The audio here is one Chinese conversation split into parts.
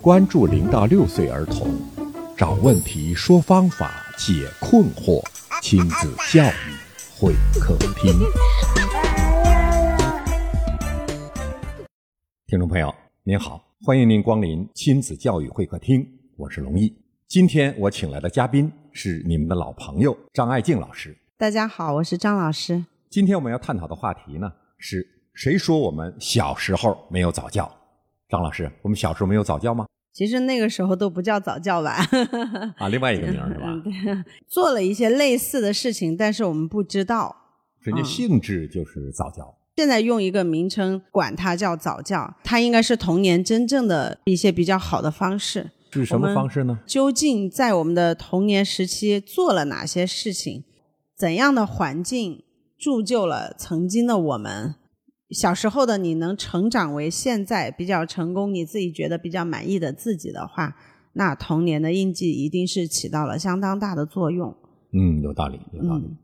关注零到六岁儿童，找问题、说方法、解困惑，亲子教育会客厅。听众朋友，您好，欢迎您光临亲子教育会客厅，我是龙毅。今天我请来的嘉宾是你们的老朋友张爱静老师。大家好，我是张老师。今天我们要探讨的话题呢，是谁说我们小时候没有早教？张老师，我们小时候没有早教吗？其实那个时候都不叫早教 吧，啊，另外一个名儿是吧？嗯做了一些类似的事情，但是我们不知道。人家性质就是早教。现在用一个名称管它叫早教，它应该是童年真正的一些比较好的方式。是什么方式呢？究竟在我们的童年时期做了哪些事情？怎样的环境铸就了曾经的我们？小时候的你能成长为现在比较成功，你自己觉得比较满意的自己的话，那童年的印记一定是起到了相当大的作用。嗯，有道理，有道理。嗯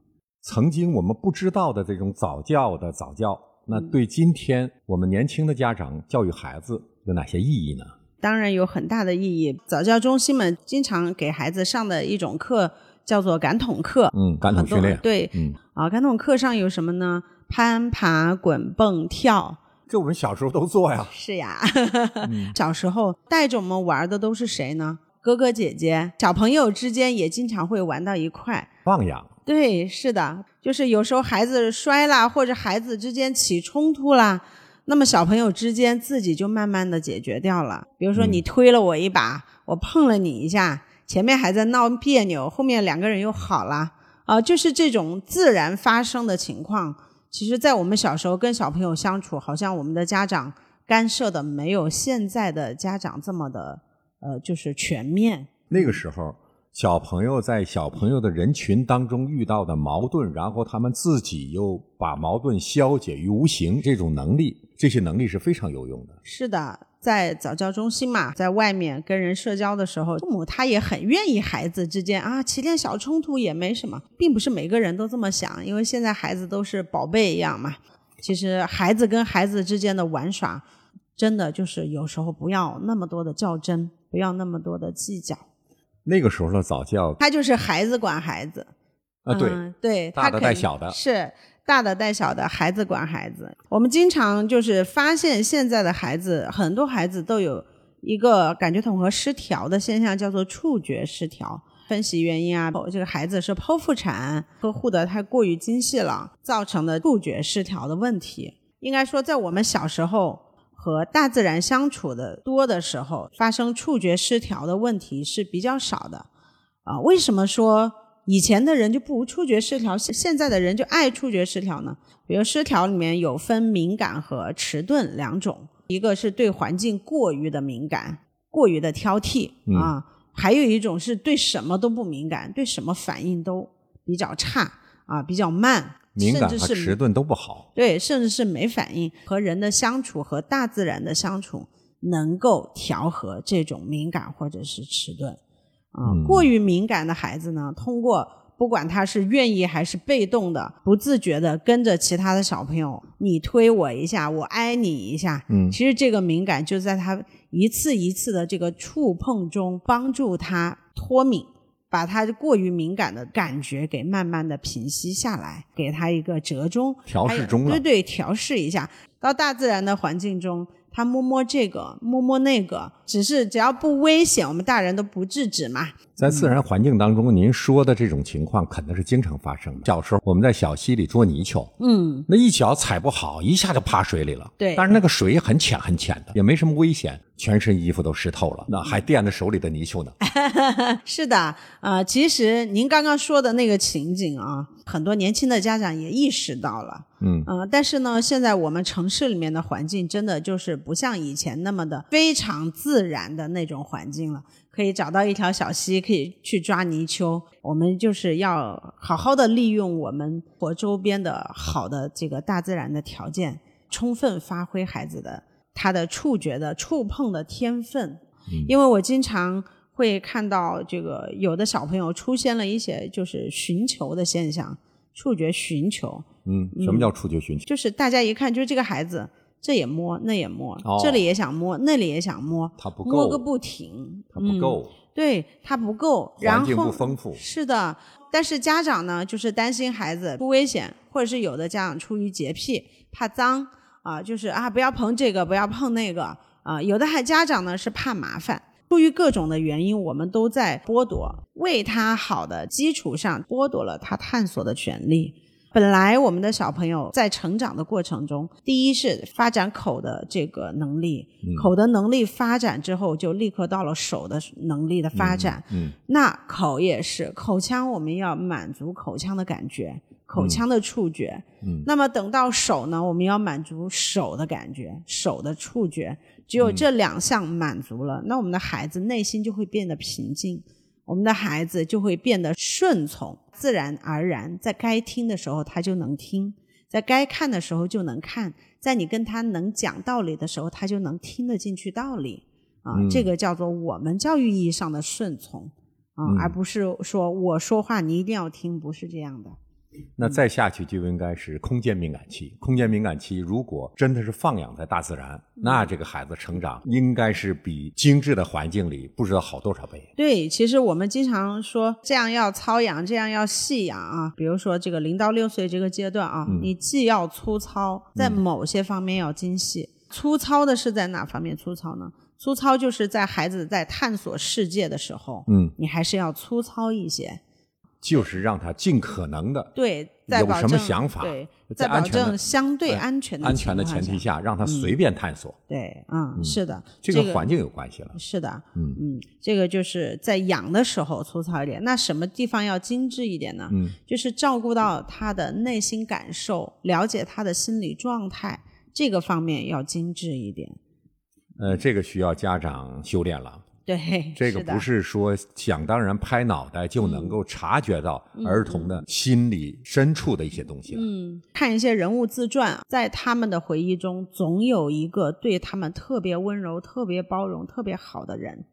曾经我们不知道的这种早教的早教，那对今天我们年轻的家长教育孩子有哪些意义呢？当然有很大的意义。早教中心们经常给孩子上的一种课叫做感统课，嗯，感统很多训练。对嗯，啊，感统课上有什么呢？攀爬、滚蹦、跳，这我们小时候都做呀。是呀， 小时候带着我们玩的都是谁呢？哥哥姐姐，小朋友之间也经常会玩到一块。 放养，对，是的，就是有时候孩子摔啦，或者孩子之间起冲突啦，那么小朋友之间自己就慢慢的解决掉了。比如说你推了我一把，我碰了你一下，前面还在闹别扭，后面两个人又好啦，啊、就是这种自然发生的情况。其实，在我们小时候跟小朋友相处，好像我们的家长干涉的没有现在的家长这么的，呃，就是全面。那个时候，小朋友在小朋友的人群当中遇到的矛盾，然后他们自己又把矛盾消解于无形，这种能力，这些能力是非常有用的。是的，在早教中心嘛，在外面跟人社交的时候，父母他也很愿意孩子之间啊起点小冲突也没什么，并不是每个人都这么想，因为现在孩子都是宝贝一样嘛。其实孩子跟孩子之间的玩耍，真的就是有时候不要那么多的较真，不要那么多的计较，那个时候的早教他就是孩子管孩子。啊，对，嗯、对，大他的肯带小的是大的带小的，孩子管孩子。我们经常就是发现现在的孩子，很多孩子都有一个感觉统合失调的现象，叫做触觉失调。分析原因啊，这个孩子是剖腹产，呵护的太过于精细了，造成的触觉失调的问题。应该说，在我们小时候和大自然相处的多的时候，发生触觉失调的问题是比较少的。啊，为什么说以前的人就不触觉失调，现现在的人就爱触觉失调呢？比如失调里面有分敏感和迟钝两种，一个是对环境过于的敏感，过于的挑剔嗯啊，还有一种是对什么都不敏感，对什么反应都比较差啊，比较慢，敏感甚和至迟是钝都不好。对，甚至是没反应，和人的相处和大自然的相处能够调和这种敏感或者是迟钝。啊、嗯过于敏感的孩子呢，通过不管他是愿意还是被动的、不自觉的跟着其他的小朋友，你推我一下，我挨你一下，嗯其实这个敏感就在他一次一次的这个触碰中，帮助他脱敏，把他过于敏感的感觉给慢慢的平息下来，给他一个折中调试还有中了对对，调试一下，到大自然的环境中。他摸摸这个，摸摸那个，只是只要不危险，我们大人都不制止嘛。在自嗯然环境当中，您说的这种情况肯定是经常发生的。小时候我们在小溪里捉泥鳅，嗯，那一脚踩不好，一下就趴水里了。对但是那个水很浅很浅的，也没什么危险，全身衣服都湿透嗯了，那还惦着手里的泥鳅呢。哎是的，呃，其实您刚刚说的那个情景啊，很多年轻的家长也意识到了，嗯，呃，但是呢，现在我们城市里面的环境真的就是不像以前那么的非常自然的那种环境了，可以找到一条小溪，可以去抓泥鳅。我们就是要好好的利用我们活周边的好的这个大自然的条件，充分发挥孩子的他的触觉的触碰的天分。因为我经常会看到这个有的小朋友出现了一些就是寻求的现象，触觉寻求。嗯，什么叫触觉寻求？就是大家一看就是这个孩子这也摸那也摸，哦这里也想摸，那里也想摸，它不摸个够不停，它不嗯够，对它不够，然环后境不丰富，是的，但是家长呢，就是担心孩子出危险，或者是有的家长出于洁癖，怕脏啊、就是啊不要碰这个，不要碰那个啊、有的还家长呢是怕麻烦。出于各种的原因，我们都在剥夺为他好的基础上，剥夺了他探索的权利。本来我们的小朋友在成长的过程中，第一是发展口的这个能力，口的能力发展之后，就立刻到了手的能力的发展。嗯，那口也是，口腔我们要满足口腔的感觉，口腔的触觉。嗯那么等到手呢，我们要满足手的感觉，手的触觉。嗯只有这两项满足了，那我们的孩子内心就会变得平静，我们的孩子就会变得顺从，自然而然，在该听的时候他就能听，在该看的时候就能看，在你跟他能讲道理的时候，他就能听得进去道理。啊，嗯这个叫做我们教育意义上的顺从。啊、嗯而不是说我说话你一定要听，不是这样的。那再下去就应该是空间敏感期。空间敏感期如果真的是放养在大自然，嗯那这个孩子成长应该是比精致的环境里不知道好多少倍。对，其实我们经常说这样要操养，这样要细养啊。比如说这个零到六岁这个阶段嗯啊，你既要粗糙，在某些方面要精细。粗糙的是在哪方面粗糙呢？粗糙就是在孩子在探索世界的时候，嗯，你还是要粗糙一些。就是让他尽可能的对，在有保什么证想法对，在在保安全的证相对哎安全的安全的情前提况下，让他随便探索，对，嗯，是的，这个环境有关系了。是的，嗯这个就是在养的时候粗糙一点。那什么地方要精致一点呢？嗯，就是照顾到他的内心感受，了解他的心理状态，这个方面要精致一点。呃，这个需要家长修炼了。对，这个不是是说想当然拍脑袋就能够察觉到儿童的心理深处的一些东西了。的，嗯，看一些人物自传，在他们的回忆中，总有一个对他们特别温柔、特别包容、特别好的人。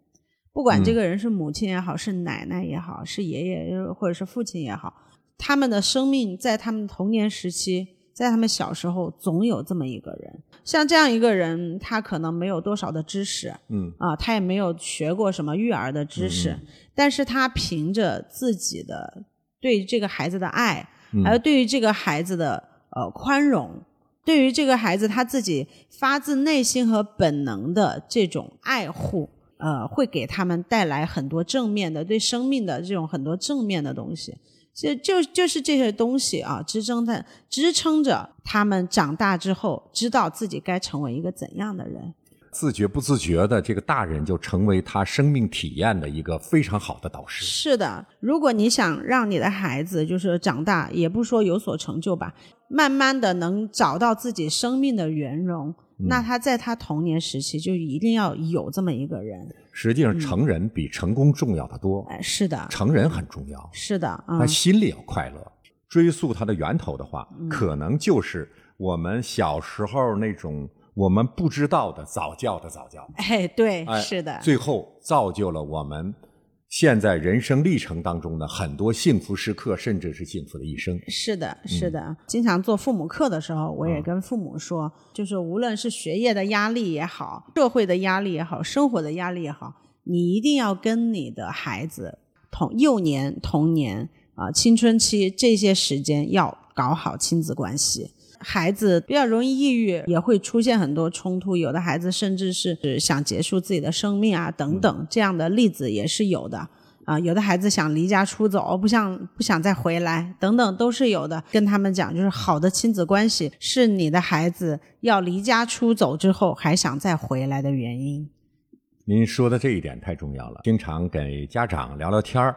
不嗯管这个人是母亲也好，是奶奶也好，是爷爷或者是父亲也好，他们的生命在他们童年时期，在他们小时候，总有这么一个人。像这样一个人，他可能没有多少的知识，嗯啊，他也没有学过什么育儿的知识，嗯但是他凭着自己的对这个孩子的爱，嗯还有对于这个孩子的呃宽容，对于这个孩子他自己发自内心和本能的这种爱护，呃，会给他们带来很多正面的对生命的这种很多正面的东西。就就就是这些东西啊，支撑他支撑着他们长大之后，知道自己该成为一个怎样的人。自觉不自觉的，这个大人就成为他生命体验的一个非常好的导师。是的，如果你想让你的孩子就是长大，也不说有所成就吧，慢慢的能找到自己生命的圆融，嗯那他在他童年时期就一定要有这么一个人。实际上，成人比成功重要的多，哎，是的，成人很重要，是的，啊、但心里要快乐。追溯它的源头的话，嗯可能就是我们小时候那种我们不知道的早教的早教。哎，对，哎是的，最后造就了我们现在人生历程当中的很多幸福时刻，甚至是幸福的一生。是的，是的。经常做父母课的时候，我也跟父母说，就是无论是学业的压力也好，社会的压力也好，生活的压力也好，你一定要跟你的孩子童幼年、童年啊、青春期这些时间要搞好亲子关系。孩子比较容易抑郁，也会出现很多冲突。有的孩子甚至是想结束自己的生命啊，等等，这样的例子也是有的。啊，有的孩子想离家出走，哦不想不想再回来，等等都是有的。跟他们讲，就是好的亲子关系是你的孩子要离家出走之后还想再回来的原因。您说的这一点太重要了，经常给家长聊聊天儿，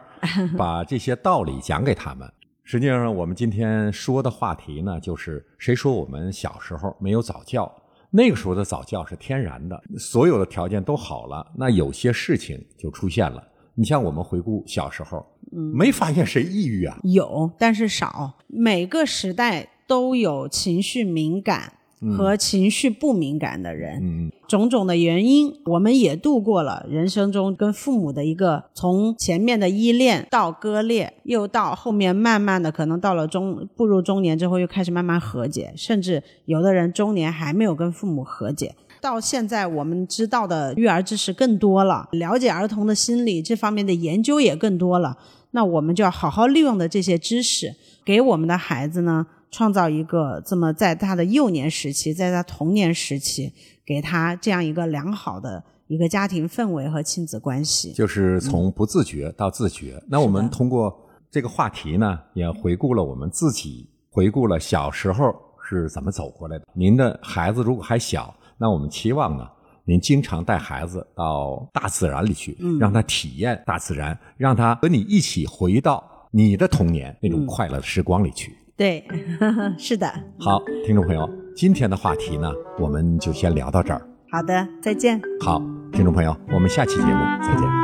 把这些道理讲给他们。实际上，我们今天说的话题呢，就是谁说我们小时候没有早教？那个时候的早教是天然的，所有的条件都好了，那有些事情就出现了。你像我们回顾小时候，没发现谁抑郁啊，有，但是少。每个时代都有情绪敏感和情绪不敏感的人，嗯，种种的原因，我们也度过了人生中跟父母的一个从前面的依恋到割裂，又到后面慢慢的可能到了中步入中年之后又开始慢慢和解，甚至有的人中年还没有跟父母和解。到现在，我们知道的育儿知识更多了，了解儿童的心理这方面的研究也更多了。那我们就要好好利用的这些知识，给我们的孩子呢，创造一个这么在他的幼年时期，在他童年时期，给他这样一个良好的一个家庭氛围和亲子关系。就是从不自觉到自觉。那我们通过这个话题呢，也回顾了我们自己，回顾了小时候是怎么走过来的。您的孩子如果还小，那我们期望呢，您经常带孩子到大自然里去，让他体验大自然，让他和你一起回到你的童年那种快乐的时光里去。对， 是的，好，听众朋友，今天的话题呢，我们就先聊到这儿。好的，再见。好，听众朋友，我们下期节目再见。